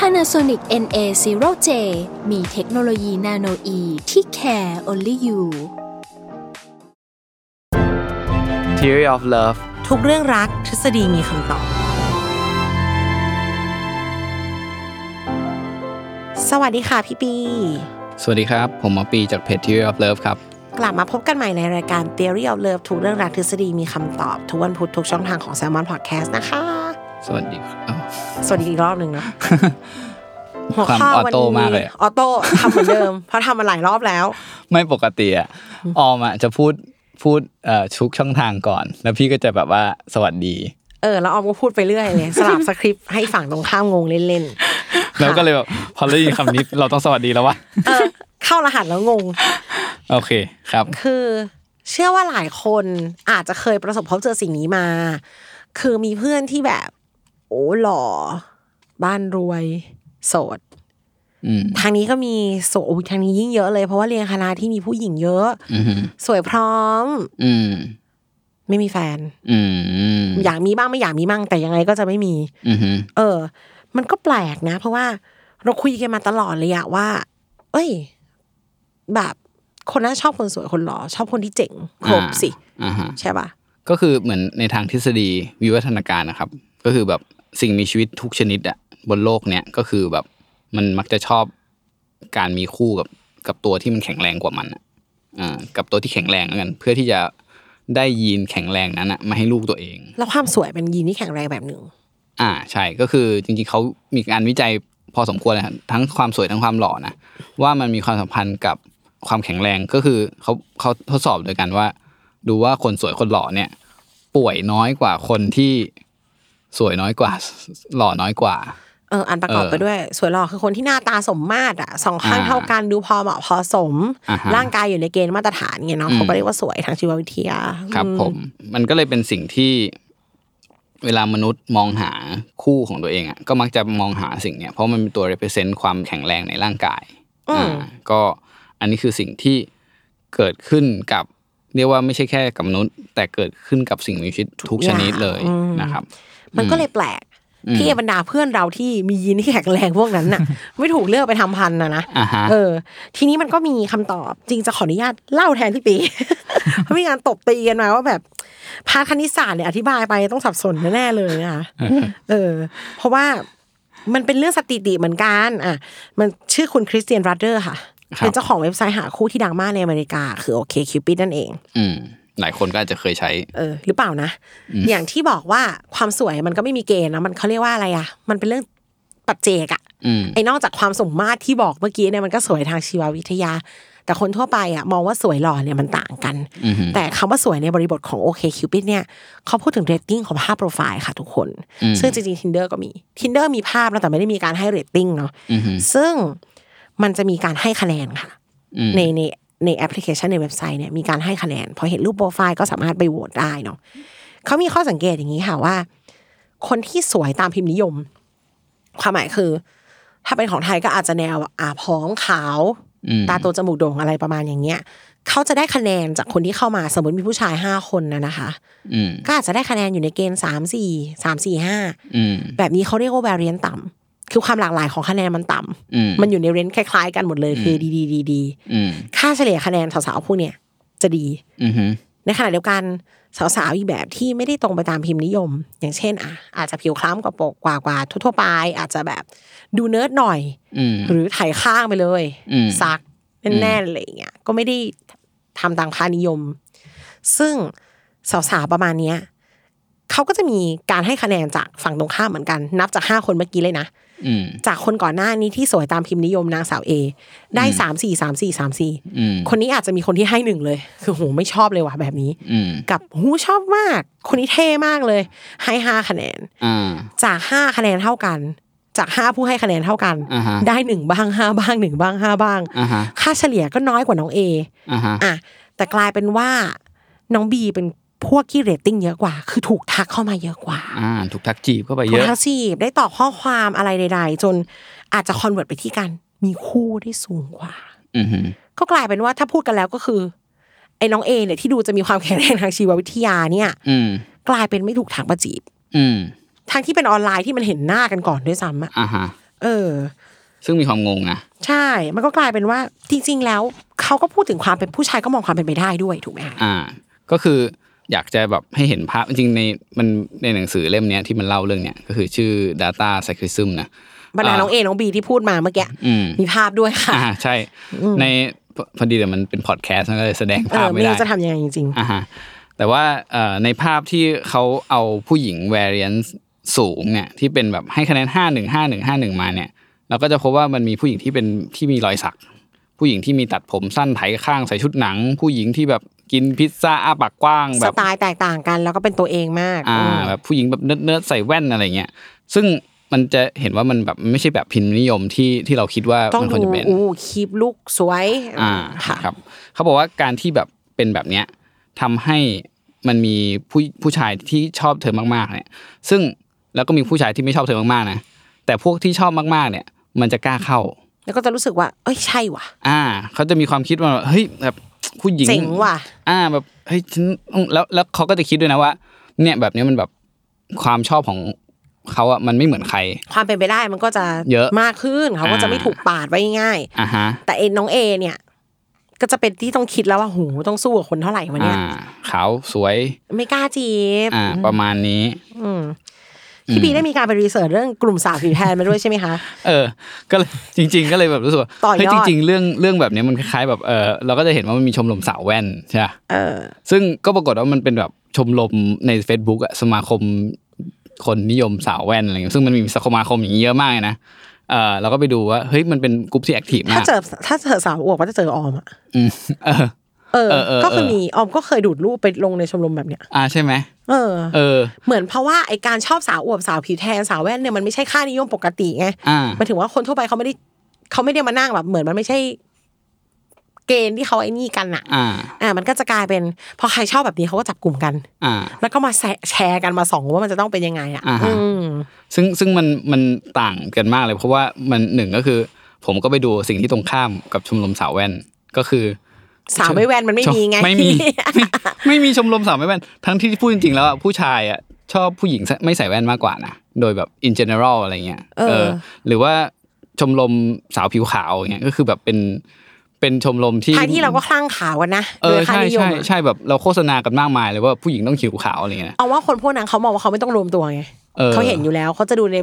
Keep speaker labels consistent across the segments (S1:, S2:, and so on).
S1: Panasonic NA0J มีเทคโนโลยีนาโนอีที่ care only you
S2: Theory of Love
S3: ทุกเรื่องรักทฤษฎีมีคำตอบ สวัสดีค่ะพี่ปี
S2: สวัสดีครับ ผมหมอปีจากเพจ Theory of Love ครับ
S3: กลับมาพบกันใหม่ในรายการ Theory of Love ทุกเรื่องรักทฤษฎีมีคำตอบ ทุกวันพุธทุกช่องทางของ Salmon Podcast นะคะ
S2: สวัสดีครับอ้าว
S3: สวัสดีอีกรอบหนึ่งนะหัว
S2: ความ
S3: ข้
S2: ออ
S3: วัน
S2: โต้
S3: นี้
S2: มากเลยอะ
S3: ออโต้ทำเหมือนเดิม เพราะทำมาหลายรอบแล้ว
S2: ไม่ปกติ อะออมอะจะพูดพูดเอ่อทุกช่องทางก่อน แล้วพี่ก็จะแบบว่าสวัสดี
S3: เออ แล้วออมก็พูดไปเรื่อยเลยสลับสคริปต์ให้ฝั่งตรงข้ามงงเล่นๆ
S2: แล้วก็เลย แบบพอได้ยินคำนี้ เราต้องสวัสดีแล้ววะ
S3: เออเข้ารหัสแล้วงง
S2: โอเคครับ
S3: คือเชื่อว่าหลายคนอาจจะเคยประสบพบเจอสิ่งนี้มา คือมีเพื่อนที่แบบ โอ้หล่อ บ้านรวย โสด
S2: อืม
S3: ทางนี้ก็มีโสดโอ้ยทางนี้ยิ่งเยอะเลย เพราะว่าเรียนคณะที่มีผู้หญิงเยอะ
S2: อืม
S3: สวยพร้อม
S2: อืม
S3: ไม่มีแฟน
S2: อืม
S3: อยากมีบ้างไม่อยากมีบ้างแต่ยังไงก็จะไม่มี
S2: อืม
S3: เออ มันก็แปลกนะ เพราะว่าเราคุยกันมาตลอดเลยอะว่า เอ้ย แบบคนน่าชอบคนสวยคนหล่อชอบคนที่เจ๋งครบสิ
S2: อ่าฮะ
S3: ใช่ปะ
S2: ก็คือเหมือนในทางทฤษฎีวิวัฒนาการนะครับ ก็คือแบบสิ่งมีชีวิตทุกชนิดอะบนโลกเนี้ยก็คือแบบมันมักจะชอบการมีคู่กับกับตัวที่มันแข็งแรงกว่ามันอะอ่ากับตัวที่แข็งแรงแล้วกัน เพื่อที่จะได้ยีนแข็งแรงนั้นอะมาให้ลูกตัวเอง
S3: แล้วความสวยเป็นยีนที่แข็งแรงแบบหนึ่ง
S2: อ่าใช่ก็คือจริงๆเขามีการวิจัยพอสมควรเลยครับทั้งความสวยทั้งความหล่อนะว่ามันมีความสัมพันธ์กับความแข็งแรงก็คือเขาเขาทดสอบโดยกันว่า ดูว่าคนสวยคนหล่อเนี่ย ป่วยน้อยกว่าคนที่สวยน้อยกว่า หล่อน้อยกว่า
S3: เอออันประกอบ
S2: เออ
S3: ไปด้วย สวยหล่อคือคนที่หน้าตาสมมาตรอ่ะสองข้าง
S2: อ่า
S3: เท่ากันดูพอเหมาะพอสม
S2: อ่าฮะ
S3: ร่างกายอยู่ในเกณฑ์มาตรฐานเงี้ยเนาะ
S2: อืม
S3: เขาก็เรียกว่าสวยทางชีววิทยา
S2: ครับ
S3: อื
S2: ผม มันก็เลยเป็นสิ่งที่เวลามนุษย์มองหาคู่ของตัวเองอ่ะก็มักจะมองหาสิ่งเนี้ยเพราะมันเป็นตัว represent ความแข็งแรงในร่างกาย
S3: อืม
S2: อ่าก็อันนี้คือสิ่งที่เกิดขึ้นกับ เรียกว่าไม่ใช่แค่กับมนุษย์ แต่เกิดขึ้นกับสิ่งมีชีวิตทุกชนิดเลยนะครับ
S3: มันก็เลยแปลกที่บรรดาเพื่อนเราที่มียีนที่แข็งแรงพวกนั้นน่ะ ไม่ถูกเลือกไปทำพันธุ์นะนะ
S2: อ่าฮะ
S3: เออ ทีนี้มันก็มีคำตอบจริงจะขออนุญาตเล่าแทนพี่ปี เพราะมีการตบตีกันมาว่าแบบพาร์ทคณิตศาสตร์เนี่ยอธิบายไปต้องสับสนแน่ๆเลยนะคะ เออเพราะว่ามันเป็นเรื่องสถิติเหมือนกันอ่ะมันชื่อคุณคริสเตียนรัตเดอร์ค่ะ
S2: ครับ
S3: เป็นเจ้าของเว็บไซต์หาคู่ที่ดังมากในอเมริกา คือโอเคคิวปิดนั่นเอง
S2: อืมหลายคนก็อาจจะเคยใช้
S3: เออ หรือเปล่านะ อย่างที่บอกว่าความสวยมันก็ไม่มีเกณฑ์นะมันเขาเรียกว่าอะไรอ่ะ มันเป็นเรื่องปัจเจกอ่ะ
S2: อืม
S3: ไอ้นอกจากความสมมาตรที่บอกเมื่อกี้เนี่ยมันก็สวยทางชีววิทยา แต่คนทั่วไปอ่ะมองว่าสวยหล่อเนี่ยมันต่างกัน
S2: อือหือ
S3: แต่คำว่าสวยในบริบทของโอเคคิวปิดเนี่ยเขาพูดถึงเรตติ้งของภาพโปรไฟล์ค่ะทุกคน
S2: อืม
S3: ซึ่งจริงๆ Tinder ก็มี Tinder มีภาพนะแต่ไม่ได้มีการให้เรตติ้งเนาะ
S2: อือหือ
S3: ซึ่งมันจะมีการให้คะแนนค่ะ
S2: อืม
S3: ในในในแอปพลิเคชันในเว็บไซต์เนี่ยมีการให้คะแนน พอเห็นรูปโปรไฟล์ก็สามารถไปโหวตได้เนาะเขามีข้อสังเกตอย่างนี้ค่ะว่า คนที่สวยตามพิมพ์นิยม ความหมายคือ ถ้าเป็นของไทยก็อาจจะแนวอ่าผอมขาว
S2: อืม
S3: ตาโตจมูกโด่งอะไรประมาณอย่างเงี้ย เขาจะได้คะแนนจากคนที่เข้ามาสมมติมีผู้ชายห้าคนนะนะคะ
S2: อืม
S3: ก็อาจจะได้คะแนนอยู่ในเกณฑ์สามสี่สามสี่ห้า
S2: อืม
S3: แบบนี้เขาเรียกว่า variance ต่ำคือความหลากหลายของคะแนนมันต่ำ
S2: อืม
S3: มันอยู่ในเรนจ์คล้ายๆ กันหมดเลยคือดีดีดีดี
S2: อืม
S3: ค่าเฉลี่ยคะแนนสาวๆพวกเนี้ยจะดี
S2: อือหือ
S3: ในขณะเดียวกันสาวๆอีกแบบที่ไม่ได้ตรงไปตามพิมพ์นิยม อย่างเช่นอ่ะอาจจะผิวคล้ำกว่าปกกว่ากว่าทั่วๆไป อาจจะแบบดูเนิร์ดหน่อย
S2: อืม
S3: หรือไถ่ายข้างไปเลย
S2: อืม
S3: ซักแน่นๆอะไรอย่างเงี้ยก็ไม่ได้ทำตามค่านิยม ซึ่งสาวๆประมาณเนี้ยเขาก็จะมีการให้คะแนนจากฝั่งตรงข้ามเหมือนกัน นับจากห้าคนเมื่อกี้เลยนะ
S2: อืม
S3: จากคนก่อนหน้านี้ที่สวยตามพิมพ์นิยมนางสาวเอได้สามสี่สามสี่สามสี่
S2: อืม
S3: คนนี้อาจจะมีคนที่ให้หนึ่งเลย คือโหไม่ชอบเลยว่ะแบบนี้
S2: อืม
S3: กับหูชอบมาก คนนี้เท่มากเลย ให้ห้าคะแนน
S2: อ่า
S3: จากห้าคะแนนเท่ากัน จากห้าผู้ให้คะแนนเท่ากัน
S2: อ่าฮะ
S3: ได้หนึ่งบ้างห้าบ้างหนึ่งบ้างห้าบ้าง
S2: อ่าฮะ
S3: ค่าเฉลี่ยก็น้อยกว่าน้องเอ
S2: อ่าฮะ
S3: อ่ะแต่กลายเป็นว่าน้องบีเป็นพวกที่เรตติ้งเยอะกว่า คือถูกทักเข้ามาเยอะกว่า
S2: อ่าถูกทักจีบเข้าไป
S3: ถู
S2: เย
S3: ก
S2: อะ
S3: ทักจีบได้ตอบข้อความอะไรใด ๆ จนอาจจะคอนเวิร์ตไปที่กันมีคู่ที่สูงกว่า
S2: อือหือ
S3: ก็กลายเป็นว่าถ้าพูดกันแล้วก็คือ ไอ้น้องเอเนี่ยที่ดูจะมีความแข็งแรงทางชีววิทยาเนี่ย
S2: อืม
S3: กลายเป็นไม่ถูกทักมาจีบ
S2: อืม
S3: ทางที่เป็นออนไลน์ที่มันเห็นหน้ากันก่อนด้วยซ้ำอะ
S2: อ่าฮะ
S3: เออ
S2: ซึ่งมีความงงนะ
S3: ใช่ มันก็กลายเป็นว่าจริง ๆ แล้วเขาก็พูดถึงความเป็นผู้ชายก็มองความเป็นไปได้ด้วยถูกไหมคะ
S2: อ่า ก็คืออยากจะแบบให้เห็นภาพจริงๆในมันในหนังสือเล่มเนี้ยที่มันเล่าเรื่องเนี้ยก็คือชื่อ Data Psychism นะ
S3: บรรดา
S2: อ่า
S3: น้องเอน้องบีที่พูดมาเมื่อกี้
S2: อืม
S3: มีภาพด้วยค่ะ
S2: อ่าใช่ ในพอพอดีแต่มันเป็นพอดแคสต์มันก็เลยแสดง
S3: เอ
S2: ภาพ
S3: อ
S2: ไม่
S3: ไม่
S2: ได้
S3: รู้จะทำยังไงจริง
S2: อ่าฮะแต่ว่าเอ่อในภาพที่เขาเอาผู้หญิง variance สูงเนี่ยที่เป็นแบบให้คะแนน 5 1 5 1 5 1 มาเนี่ยเราก็จะพบว่ามันมีผู้หญิงที่เป็นที่มีรอยสัก ผู้หญิงที่มีตัดผมสั้นไถข้างใส่ชุดหนัง ผู้หญิงที่แบบกินพิซซ่าอ้าปากกว้าง
S3: ๆ
S2: แบ
S3: ส
S2: บ
S3: ไตล์แตกต่างกันแล้วก็เป็นตัวเองมาก
S2: อ่าแบบผู้หญิงแบบเนิร์ดๆใส่แว่นอะไรเงี้ย ซึ่งมันจะเห็นว่ามันแบบไม่ใช่แบบพิมพ์นิยมที่ที่เราคิดว่า
S3: ต้อง
S2: มันคว
S3: ดู
S2: รจะเป็น
S3: อู้คีบลุกสวย
S2: อ่า
S3: ค่ะ
S2: ครับเขาบอกว่าการที่แบบเป็นแบบเนี้ยทำให้มันมีผู้ผู้ชายที่ชอบเธอมากๆเนี่ยซึ่งแล้วก็มีผู้ชายที่ไม่ชอบเธอมากๆนะแต่พวกที่ชอบมากๆเนี่ย มันจะกล้าเข้า
S3: แล้วก็จะรู้สึกว่า เอ้ยใช่ว่ะ
S2: อ่าเขาจะมีความคิดว่าเฮ้ยแบบผู้หญิง
S3: เจ๋งว่ะ
S2: อ่าแบบเฮ้ยฉันต้องแล้วแล้วเขาก็จะคิดด้วยนะว่า เนี่ยแบบเนี้ยมันแบบความชอบของเขาอะมันไม่เหมือนใคร
S3: ความเป็นไปได้มันก็จะ
S2: เยอะ
S3: มากขึ้นเขาก็
S2: อ่า
S3: จะไม่ถูกปาดไว้ง่าย
S2: อ่าฮะ
S3: ๆแต่เอ็นน้องเอเนี่ย ก็จะเป็นที่ต้องคิดแล้วว่าโหต้องสู้กับคนเท่าไหร่วะเนี่ย
S2: อ่าขาวสวย
S3: ไม่กล้าจีบ
S2: อ่าประมาณนี้
S3: พี่บีได้มีการไปรีเสิร์ชเรื่องกลุ่มสาวผิวแทนมาด้วยใช่ไหมคะ
S2: เออ ก็เลย จริง ๆ ก็เลยแบบรู้สึกว่า
S3: ต่อยอด
S2: เฮ้ยจริง ๆ เรื่องเรื่องแบบเนี้ยมันคล้ายๆแบบเออเราก็จะเห็นว่ามันมีชมรมสาวแว่นใช่ปะ
S3: เออ
S2: ซึ่งก็ปรากฏว่ามันเป็นแบบชมรมใน Facebook อะสมาคมคนนิยมสาวแว่นอะไรเงี้ยซึ่งมันมีสมาคมอย่างนี้เยอะมากเลยนะเออเราก็ไปดูว่าเฮ้ยมันเป็นกลุ่มที่แอคทีฟมา
S3: ถ้าก เจอถ้าเจอสาวอวกก็จะเจอออมอะ
S2: อืมเออ
S3: เออ
S2: เออเออ
S3: ก็คือมีออมก็เคยดูดรูปไปลงในชมรมแบบเนี้ย
S2: อ่าใช่ไหม
S3: เออ
S2: เออ
S3: เหมือนเพราะว่าไอการชอบสาวอวบสาวผิวแทนสาวแว่นเนี่ยมันไม่ใช่ค่านิยมปกติไง
S2: อ่า
S3: หมายถึงว่าคนทั่วไปเขาไม่ได้เขาไม่ได้มานั่งแบบเหมือนมันไม่ใช่ เกณฑ์ที่เขาไอ้นี่กันอะ
S2: อ่า
S3: อ่า มันก็จะกลายเป็น พอใครชอบแบบนี้เขาก็จับกลุ่มกัน
S2: อ่า
S3: แล้วก็มาแชร์แชร์กันมาส่องว่ามันจะต้องเป็นยังไงอะ
S2: อ่าฮะ
S3: อืม
S2: ซึ่งซึ่งมันมันต่างกันมากเลย เพราะว่ามันหนึ่งก็คือ ผมก็ไปดูสิ่งที่ตรงข้ามกับชมรมสาวแว่นก็คือ
S3: สาวไม่แว่นมันไม่มีไง
S2: ไม่มี ไม่ ไม่มีชมรมสาวไม่แว่นทั้งที่พูดจริงๆแล้วอะผู้ชายอ่ะชอบผู้หญิงไม่ใส่แว่นมากกว่านะโดยแบบ in general อะไรเงี้ย
S3: เออ
S2: หรือว่าชมรมสาวผิวขาวเงี้ยก็คือแบบเป็นเป็นชมรมที่
S3: ทางที่เราก็คลั่งขาวกันนะ
S2: เอ
S3: โด
S2: อย
S3: ค่า
S2: ใช่
S3: นิยม
S2: ใช่
S3: อะ
S2: ใช่แบบเราโฆษณากันมากมายเลยว่าผู้หญิงต้องผิวขาวอะไรเงี้ย
S3: เอาว่าคนพวกนั้นเขามองว่าเขาไม่ต้องรวมตัวไง
S2: เออ
S3: เขาเห็นอยู่แล้วเขาจะดูใน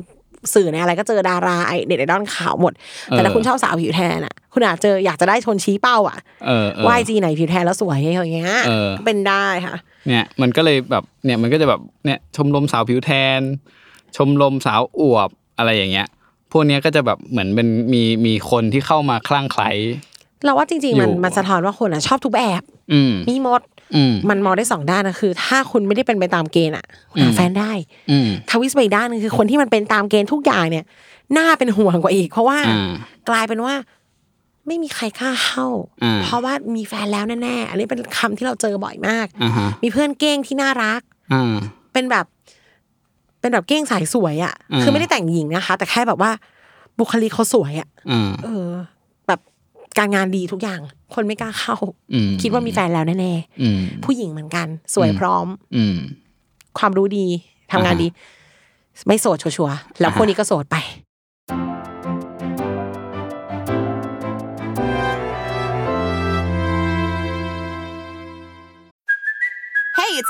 S3: สื่อในอะไร ก็เจอดาราไอเน็ตไอดอลขาวหมด แต่ถ้า
S2: เออ
S3: คุณชอบสาวผิวแทนอะคุณอาจเจออยากจะได้ชนชี้เป้าอะ
S2: เออเออ
S3: ว่าไอจีไหนผิวแทนแล้วสวยอย่างเงี้ย
S2: เออ
S3: ก็เป็นได้ค่ะ
S2: เนี่ยมันก็เลยแบบเนี่ยมันก็จะแบบเนี่ยชมรมสาวผิวแทน ชมรมสาวอวบอะไรอย่างเงี้ย พวกเนี้ยก็จะแบบเหมือนเป็นมีมีคนที่เข้ามาคลั่งไคล้
S3: เราว่าจริงๆ มัน
S2: อยู่
S3: มันสะท้อนว่าคนอ่ะชอบทุกแบบ
S2: อืม
S3: มีหมด
S2: อืม
S3: มันมองได้สองด้านนะคือ ถ้าคุณไม่ได้เป็นไปตามเกณฑ์อ่ะคุณหาแฟนได้
S2: อืม
S3: ทวิสต์ไปอีกด้านหนึงคือคนที่มันเป็นตามเกณฑ์ทุกอย่างเนี่ยน่าเป็นห่วงกว่าอีก เพราะว่า
S2: อ่าก
S3: ลายเป็นว่า ไม่มีใครกล้าเข้า
S2: อ่า
S3: เพราะว่ามีแฟนแล้วแน่ๆอันนี้เป็นคำที่เราเจอบ่อยมาก
S2: อ่าฮะ
S3: มีเพื่อนเก้งที่น่ารัก
S2: อ่า
S3: เป็นแบบ เป็นแบบเก้งสายสวยอ่ะ
S2: อ่า
S3: คือไม่ได้แต่งหญิงนะคะ แต่แค่แบบว่า บุคลิกเขาสวยอ่ะ
S2: อ่า
S3: เออ แบบการงานดีทุกอย่าง คนไม่กล้าเข้า
S2: อืม
S3: คิดว่ามีแฟนแล้วแน่
S2: อืม
S3: ๆ ผู้หญิงเหมือนกัน สวยพร้อม
S2: อืม
S3: ความรู้ดี ทำงาน
S2: อ่าฮะ
S3: ดี ไม่โสดชัวร์ๆแล้ว
S2: อ่าฮะ
S3: คนนี้ก็โสดไป
S4: Hey, it's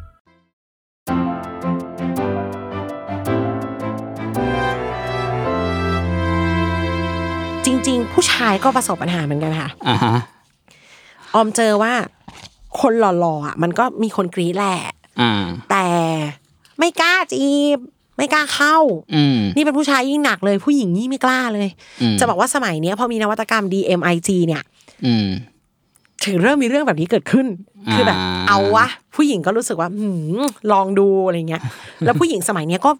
S2: อ
S3: ๆ ผู้ชายก็ประสบปัญหาเหมือนกันค่ะ
S2: อ่าฮะ
S3: ออมเจอว่าคนหล่อๆอ่ะมันก็มีคนกรีดแหละ
S2: อ่า
S3: แต่ไม่กล้าจีบ ไม่กล้าเข้า
S2: อืม
S3: นี่เป็นผู้ชายยิ่งหนักเลย ผู้หญิงยิ่งไม่กล้าเลย
S2: อืม
S3: จะบอกว่าสมัยเนี้ยพอมีนวัตกรรม DMIG เนี่ย
S2: อืม
S3: ถึงเริ่มมีเรื่องแบบนี้เกิดขึ้น
S2: อ่า
S3: คือแบบ เอาวะ ผู้หญิงก็รู้สึกว่าหืมลองดูอะไรเงี้ ย แล้วผู้หญิงสมัยเนี้ยก็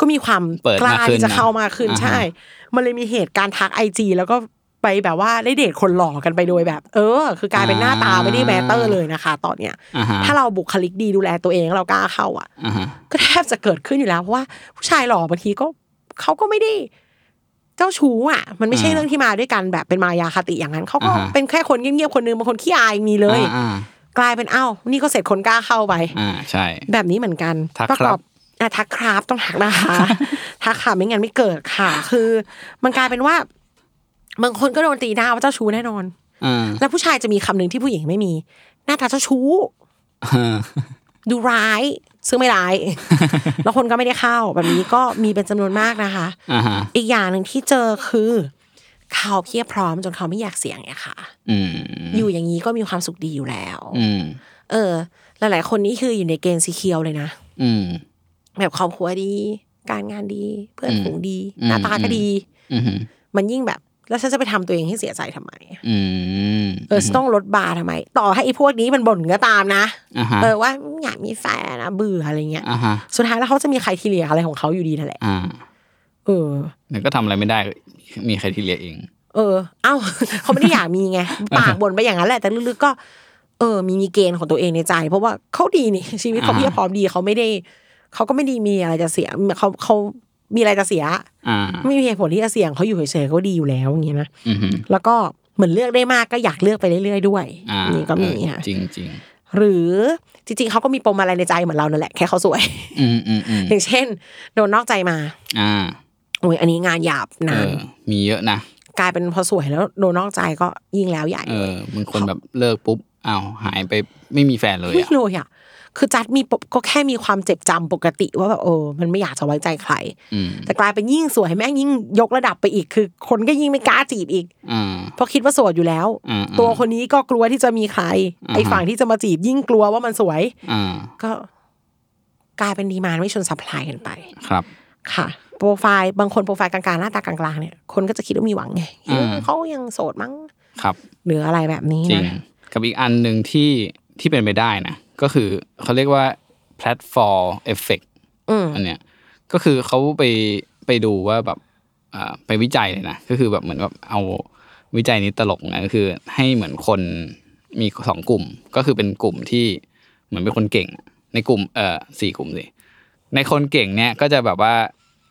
S3: ก็มีความ
S2: เปิด
S3: กล้าม
S2: ากขึ้น
S3: ที่จะเข้ามาขึ้น
S2: อ่าฮะ
S3: ใช่ มันเลยมีเหตุการณ์ทักไอจีแล้วก็ไปแบบว่าได้เดทคนหล่อกันไปโดยแบบ เออ คือกลายเป็นหน้าตาไม่ได้แมตเตอร์เลยนะคะ ตอนเนี้ย
S2: อ่าฮะ
S3: ถ้าเราบุคลิกดีดูแลตัวเองแล้วเรากล้าเข้าอ่ะ
S2: อ่าฮะ
S3: ก็แทบจะเกิดขึ้นอยู่แล้ว เพราะว่าผู้ชายหล่อบางทีก็เขาก็ไม่ได้ เจ้าชู้อ่ะ มันไม่ใช่
S2: อ่า
S3: เรื่องที่มาด้วยกันแบบเป็นมายาคติอย่างนั้นเขาก็
S2: อ่าฮะ
S3: เป็นแค่คนเงียบๆคนนึงบางคนขี้อายมีเลย
S2: อ่า
S3: กลายเป็นเอ้านี่ก็เสร็จคนกล้าเข้าไป
S2: อ่า ใช่
S3: แบบนี้เหมือนกัน
S2: ทัก
S3: ประกอบ
S2: ครับ
S3: อ่ะทักครับต้องทัก นะคะทักค่ะไม่งั้นไม่เกิดค่ะ คือ มันกลายเป็นว่าบางคนก็โดนตีหน้าว่าเจ้าชู้แน่นอน
S2: อ่า
S3: แล้วผู้ชายจะมีคำหนึ่งที่ผู้หญิงไม่มี หน้าตาเจ้าชู้
S2: อ่า
S3: ดูร้าย ซึ่งไม่ร้าย แล้วคนก็ไม่ได้เข้าแบบนี้ก็มีเป็นจำนวนมากนะคะ
S2: อ่าฮะ
S3: อีกอย่างหนึ่งที่เจอคือ เขาเพียบพร้อมจนเขาไม่อยากเสี่ยงไงค่ะ
S2: อืม
S3: อยู่อย่างนี้ก็มีความสุขดีอยู่แล้ว
S2: อืม
S3: เออ หลาย ๆ คนนี่คืออยู่ในเกณฑ์สีเขียวเลยนะ
S2: อืม
S3: แบบครอบครัวดี การงานดี เพื่อน
S2: อืม
S3: ฝูงดี
S2: อืม
S3: หน้าตาก็ดี
S2: อืม
S3: มันยิ่งแบบ แล้วฉันจะไปทำตัวเองให้เสียใจทำไม
S2: อืม
S3: เออฉันต้องลดบาร์ทำไม ต่อให้ไอ้พวกนี้มันบ่นก็ตามนะ
S2: อ่าฮะ
S3: เออว่าอยากมีแฟนนะเบื่ออะไรเงี้ย
S2: อ่าฮะ
S3: สุดท้ายแล้วเขาจะมีใครทีเลียอะไรของเขาอยู่ดีนั่นแหละ
S2: อ่า
S3: เออ
S2: แล้วก็ทำอะไรไม่ได้ มีใครที่เลียเอง
S3: เออ เอ้า เขาไม่ได้อยากมี ไง ปากบ่นไปอย่างนั้นแหละ แต่ลึกๆก็ เออ มีมีเกณฑ์ของตัวเองในใจ เพราะว่าเขาดีนี่ ชีวิตเขา
S2: อ่า
S3: เพียบพร้อมดีเขาไม่ได้ เขาก็ไม่ได้มีอะไรจะเสียเขาเขามีอะไรจะเสีย
S2: อ่า
S3: ไม่มีเหตุผลที่จะเสี่ยงเขาอยู่เฉยๆเขาดีอยู่แล้วอย่างเงี้ยนะ
S2: อืม
S3: แล้วก็เหมือนเลือกได้มากก็อยากเลือกไปเรื่อยๆด้วย
S2: อ่า
S3: นี่ก็มีค่ะ
S2: จริงจริง
S3: หรือจริงๆเขาก็มีปมอะไรในใจเหมือนเรานั่นแหละ แค่เขาสวย
S2: ๆอืมอืมอืม
S3: อย่างเช่น โดนนอกใจมา
S2: อ่า
S3: โอ้ยอันนี้งานหยาบ
S2: เอ
S3: นา
S2: อ
S3: น
S2: มีเยอะนะ
S3: กลายเป็นพอสวยแล้วโดนนอกใจก็ยิ่งแล้วใหญ่
S2: เออ มึงคนแบบเลิกปุ๊บ อ้าว หายไปไม่มีแฟนเลย
S3: ไม่
S2: อ่ะ
S3: เลยอ่ะคือจัดมีปกก็แค่มีความเจ็บจำปกติว่าแบบเออมันไม่อยากจะไว้ใจใคร
S2: อืม
S3: แต่กลายเป็นยิ่งสวยแม่งยิ่งยกระดับไปอีกคือ คนก็ยิ่งไม่กล้าจีบอีก
S2: อ่า
S3: เพราะคิดว่าโสดอยู่แล้ว
S2: อ่าอ่า
S3: ตัวคนนี้ก็กลัวที่จะมีใคร
S2: อ่าฮะ
S3: ไอ้ฝั่งที่จะมาจีบยิ่งกลัวว่ามันสวย
S2: อ่า
S3: ก็กลายเป็นดีมานด์ไม่ชนซัพพลายกันไป
S2: ครับ
S3: ค่ะ โปรไฟล์บางคนโปรไฟล์กลางๆหน้าตากลางๆเนี่ยคนก็จะคิดว่ามีหวังไงเอ้ย
S2: อ่า
S3: เขายังโสดมั้ง
S2: ครับ
S3: หรืออะไรแบบนี้
S2: จริง
S3: นะ
S2: กับอีกอันหนึ่งที่ที่เป็นไปได้นะ ก็คือเขาเรียกว่าแพลตฟอร์มเอฟเฟก
S3: อืม
S2: อันเนี้ยก็คือเขาไปไปดูว่าแบบอ่าไปวิจัยเลยนะ ก็คือแบบเหมือนแบบเอาวิจัยนี้ตลกนะก็คือให้เหมือนคนมีสองกลุ่ม ก็คือเป็นกลุ่มที่เหมือนเป็นคนเก่ง ในกลุ่มเอ่อสี่กลุ่มสิ ในคนเก่งเนี่ยก็จะแบบว่า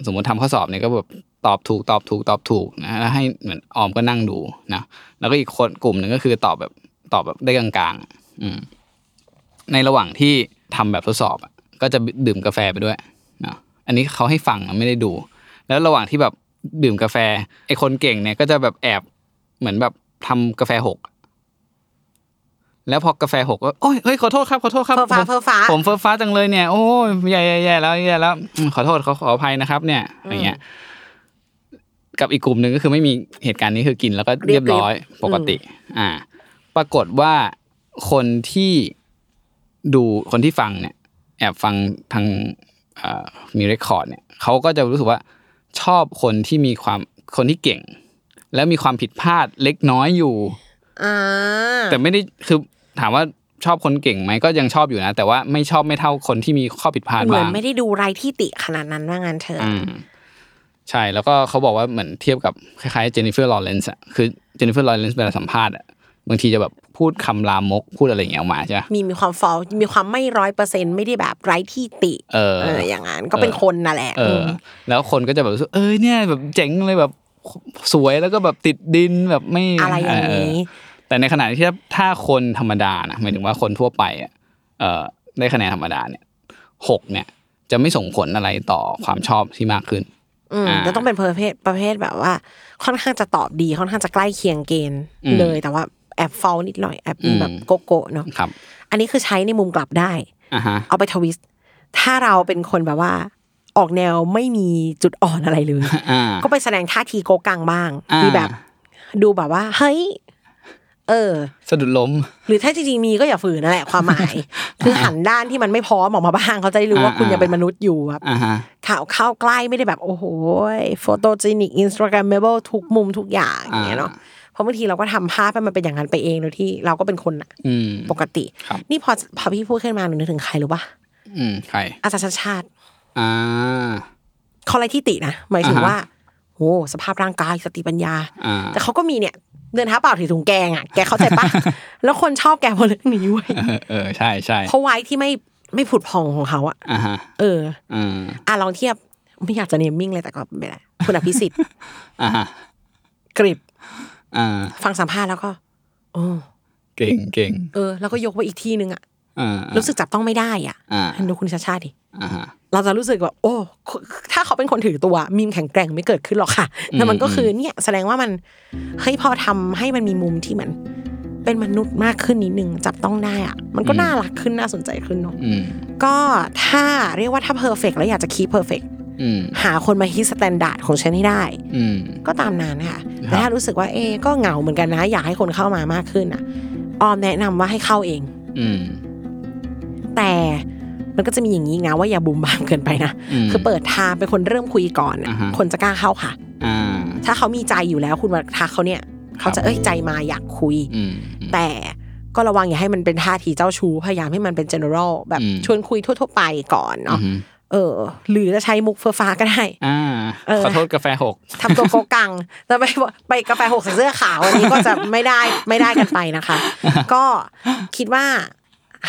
S2: สมมติทำข้อสอบเนี่ยก็แบบตอบถูกตอบถูกตอบถูกนะแล้วให้เหมือนออมก็นั่งดูนะแล้วก็อีกคนกลุ่มหนึ่งก็คือตอบแบบตอบแบบได้กลางๆอืมในระหว่างที่ทำแบบทดสอบอะก็จะดื่มกาแฟไปด้วยนะอันนี้เขาให้ฟังนะไม่ได้ดู แล้วระหว่างที่แบบดื่มกาแฟไอคนเก่งเนี่ยก็จะแบบแอบเหมือนแบบทำกาแฟหก แล้วพอกาแฟหกก็โอ้ยเฮ้ยขอโทษครับขอโทษครับ
S3: เฟ้อฟ้า
S2: ผม
S3: เฟ้อฟ้า
S2: ผม ผมเฟ้อฟ้าจังเลยเนี่ยโอ้ยแย่แย่แย่แล้วแย่แล้วอืมขอโทษขอขออภัยนะครับ เนี่ยอย่างเงี้ยกับอีกกลุ่มหนึ่งก็คือไม่มีเหตุการณ์นี้คือกินแล้วก็
S3: เรี
S2: เรี
S3: ย
S2: ย
S3: บบ เรียบ
S2: ร้อยปกติ อ่า ปรากฏว่าคนที่ดูคนที่ฟังเนี่ย แอบฟังทางเอ่อมีเรคคอร์ดเนี่ยเขาก็จะรู้สึกว่าชอบคนที่มีความคนที่เก่ง แล้วมีความผิดพลาดเล็กน้อยอยู่
S3: อ่า
S2: แต่ไม่ได้คือถามว่าชอบคนเก่งไหมก็ยังชอบอยู่นะ แต่ว่าไม่ชอบไม่เท่าคนที่มีข้อผิดพลาด
S3: เหมือน
S2: บ้าง
S3: ไม่ได้ดูไรายที่ติขนาดนั้นว่างั้นเถอะ
S2: อืมใช่แล้วก็เขาบอกว่าเหมือนเทียบกับคล้ายๆเจนนิเฟอร์ลอเรนซ์อะคือเจนนิเฟอร์ลอเรนซ์เวลาสัมภาษณ์อะบางทีจะแบบพูดคำลามกพูดอะไรอย่างเงี้ยออกมาใช่ปะ
S3: มีมีความฟอลมีความไม่ร้อยเปอร์เซ็นไม่ได้แบบไรายที่ติ
S2: เออ
S3: อย่างนั้นก็เป็นคนน่ะแหละ
S2: เอ
S3: ม
S2: ออแล้วคนก็จะแบบรู้สึกเอ้ยเนี่ยแบบเจ๋งเลยแบบสวยแล้วก็แบบติดดินแบบไม่
S3: อะไรอย่าง
S2: เ
S3: นี้
S2: แต่ในขณะที่ถ้าถ้าคนธรรมดานะหมายถึงว่าคนทั่วไปอ่ะเอ่อได้คะแนนธรรมดาเนี่ยหกเนี่ย จะไม่ส่งผลอะไรต่อความชอบที่มากขึ้น
S3: อืม
S2: อ่า
S3: จะต้องเป็นประเภทประเภทแบบว่า ค่อนข้างจะตอบดีค่อนข้างจะใกล้เคียงเกณฑ์
S2: อืม
S3: เลย แต่ว่าแอบฟอลนิดหน่อยแอบมี
S2: อืม
S3: แบบโกโก้เนาะ
S2: ครับ
S3: อันนี้คือใช้ในมุมกลับได้
S2: อ่าฮะ
S3: เอาไปทวิสต์ถ้าเราเป็นคนแบบว่า ออกแนวไม่มีจุดอ่อนอะไรเลย
S2: อ่า
S3: ก็ไปแสดงท่าทีโกกังบ้าง
S2: อ่ามี
S3: มีแบบ ดูแบบว่า เฮ้ย เออ
S2: สะดุดล้ม
S3: หรือถ้าจริงๆมีก็อย่าฝืนนั่นแหละความหมาย คือหันด้านที่มันไม่พร้อมออกมาบ้างเขาจะได้รู้ว่า
S2: อ่า
S3: คุณยังเป็นมนุษย์อยู่ครับ
S2: อ่าฮะ
S3: ข่าวเข้าใกล้ไม่ได้แบบโอ้โหโฟโตจีนิกอินสตาแกรมเมเบิลทุกมุมทุกอย่างอย่างเงี้ยเนาะเพราะบางทีเราก็ทำภาพให้มันเป็นอย่างนั้นไปเองโดยที่เราก็เป็นคนน่ะ
S2: อืม
S3: ปกติ
S2: ครับ
S3: นี่พอพอพี่พูดขึ้นมาหนูนึกถึงใครรู้ป่ะ
S2: อืมใคร
S3: อาจารย์ชาติชาติ
S2: อ่า
S3: เขาไรที่ตินะหมายถึง
S2: อ่าฮะ
S3: ว่าโอ้สภาพร่างกายสติปัญญา
S2: อ่า
S3: แต่เขาก็มีเนี่ยเดินเท้าเปล่าถือถุงแกง อ่ะแกเข้าใจปะ แล้วคนชอบแกเพราะเรื่องนี้เว้ย
S2: เออเออใช่ใช่
S3: เพราะไว้ที่ไม่ไม่ผุดพองของเขาอ่ะ
S2: อ่าฮะ
S3: เออ
S2: อ่า
S3: อ่ะลองเทียบไม่อยากจะเนมมิ่งเลยแต่ก็ไม่ได้คุณอภิสิทธิ์
S2: อ่าฮะ
S3: กริบ
S2: อ่า
S3: ฟังสัมภาษณ์แล้วก็โอ้
S2: เก่งเก่ง
S3: เออ แล้วก็ยกไว้อีกที่นึงอ่ะ
S2: อ่า
S3: รู้สึกจับต้องไม่ได้อ่ะ
S2: อ่า
S3: ดูคุณชาชาติดิ
S2: อ่าฮะ
S3: เราจะรู้สึกว่าโอ้คือถ้าเขาเป็นคนถือตัวมีมแข็งแกร่งไม่เกิดขึ้นหรอกค่ะแต่มันก็คือเนี่ยแสดงว่ามันเฮ้ยพอทำให้มันมีมุมที่เหมือนเป็นมนุษย์มากขึ้นนิดนึงจับต้องได้อ่ะมันก็
S2: อืม
S3: น่ารักขึ้นน่าสนใจขึ้นเนาะ
S2: อืม
S3: ก็ถ้าเรียกว่าถ้าเพอร์เฟกแล้วอยากจะคีเพอร์เฟก
S2: อืม
S3: หาคนมาฮิตสแตนดาร์ดของฉันให้ได้
S2: อืม
S3: ก็ตามนั้นค่ะ
S2: ครับ
S3: แต่ถ้ารู้สึกว่าเอะก็เหงาเหมือนกันนะ อยากให้คนเข้ามามากขึ้นอ่ะ ออมแนะนำว่าให้เข้าเอง
S2: อืม
S3: แต่มันก็จะมีอย่างนี้อีกนะว่าอย่าบูมบามเกินไปนะ
S2: ม
S3: คือเปิดทางเป็นคนเริ่มคุยก่อนน่ะ
S2: อ่าฮะ
S3: คนจะกล้าเข้าค่ะ
S2: อ่า
S3: ถ้าเขามีใจอยู่แล้วคุณมาทักเขาเนี่ย เขาจะเอ้ยใจมาอยากคุย
S2: อืมอืม
S3: แต่ก็ระวังอย่าให้มันเป็นท่าทีเจ้าชู้พยายามให้มันเป็น general แบบ
S2: อืม
S3: ชวนคุยทั่วๆไปก่อนเนาะ
S2: อืม
S3: เออหรือจะใช้มุกเฟื่อฟ้าก็ได้
S2: อ่า
S3: เออ
S2: ขอโทษกาแฟหก
S3: ทำตัวโกกังแต่ไปไปกาแฟหกใส่เสื้อขาวอันนี้ก็จะไม่ได้ไม่ได้กันไปนะคะ ก็คิดว่า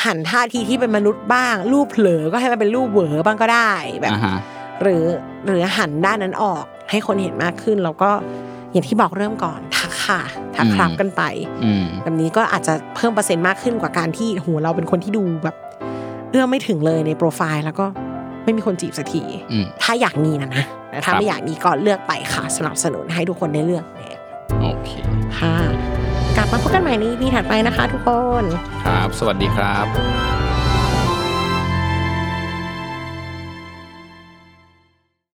S3: หันท่าทีที่เป็นมนุษย์บ้าง รูปเผลอก็ให้มันเป็นรูปเหวอบ้างก็ได้แบบ
S2: อ่าฮะ
S3: หรือหรือหันด้านนั้นออกให้คนเห็นมากขึ้น แล้วก็อย่างที่บอกเริ่มก่อนทักค่ะทัก
S2: อืม
S3: ครับกันไป
S2: อืม
S3: แบบนี้ก็อาจจะเพิ่มเปอร์เซ็นต์มากขึ้นกว่าการที่โหเราเป็นคนที่ดูแบบ เอื้อมไม่ถึงเลยในโปรไฟล์แล้วก็ไม่มีคนจีบสักที
S2: อืม
S3: ถ้าอยากมีนะนะแต่ถ้า
S2: ครับ
S3: ไม่อยากมีก็เลือกไปค่ะสนับสนุนให้ทุกคนได้เลือกเนี่ย
S2: โอเค
S3: ค่ะ กลับมาพบกันใหม่ใน EP ถัดไปนะคะทุกคน
S2: ครับ สวัสดีครับ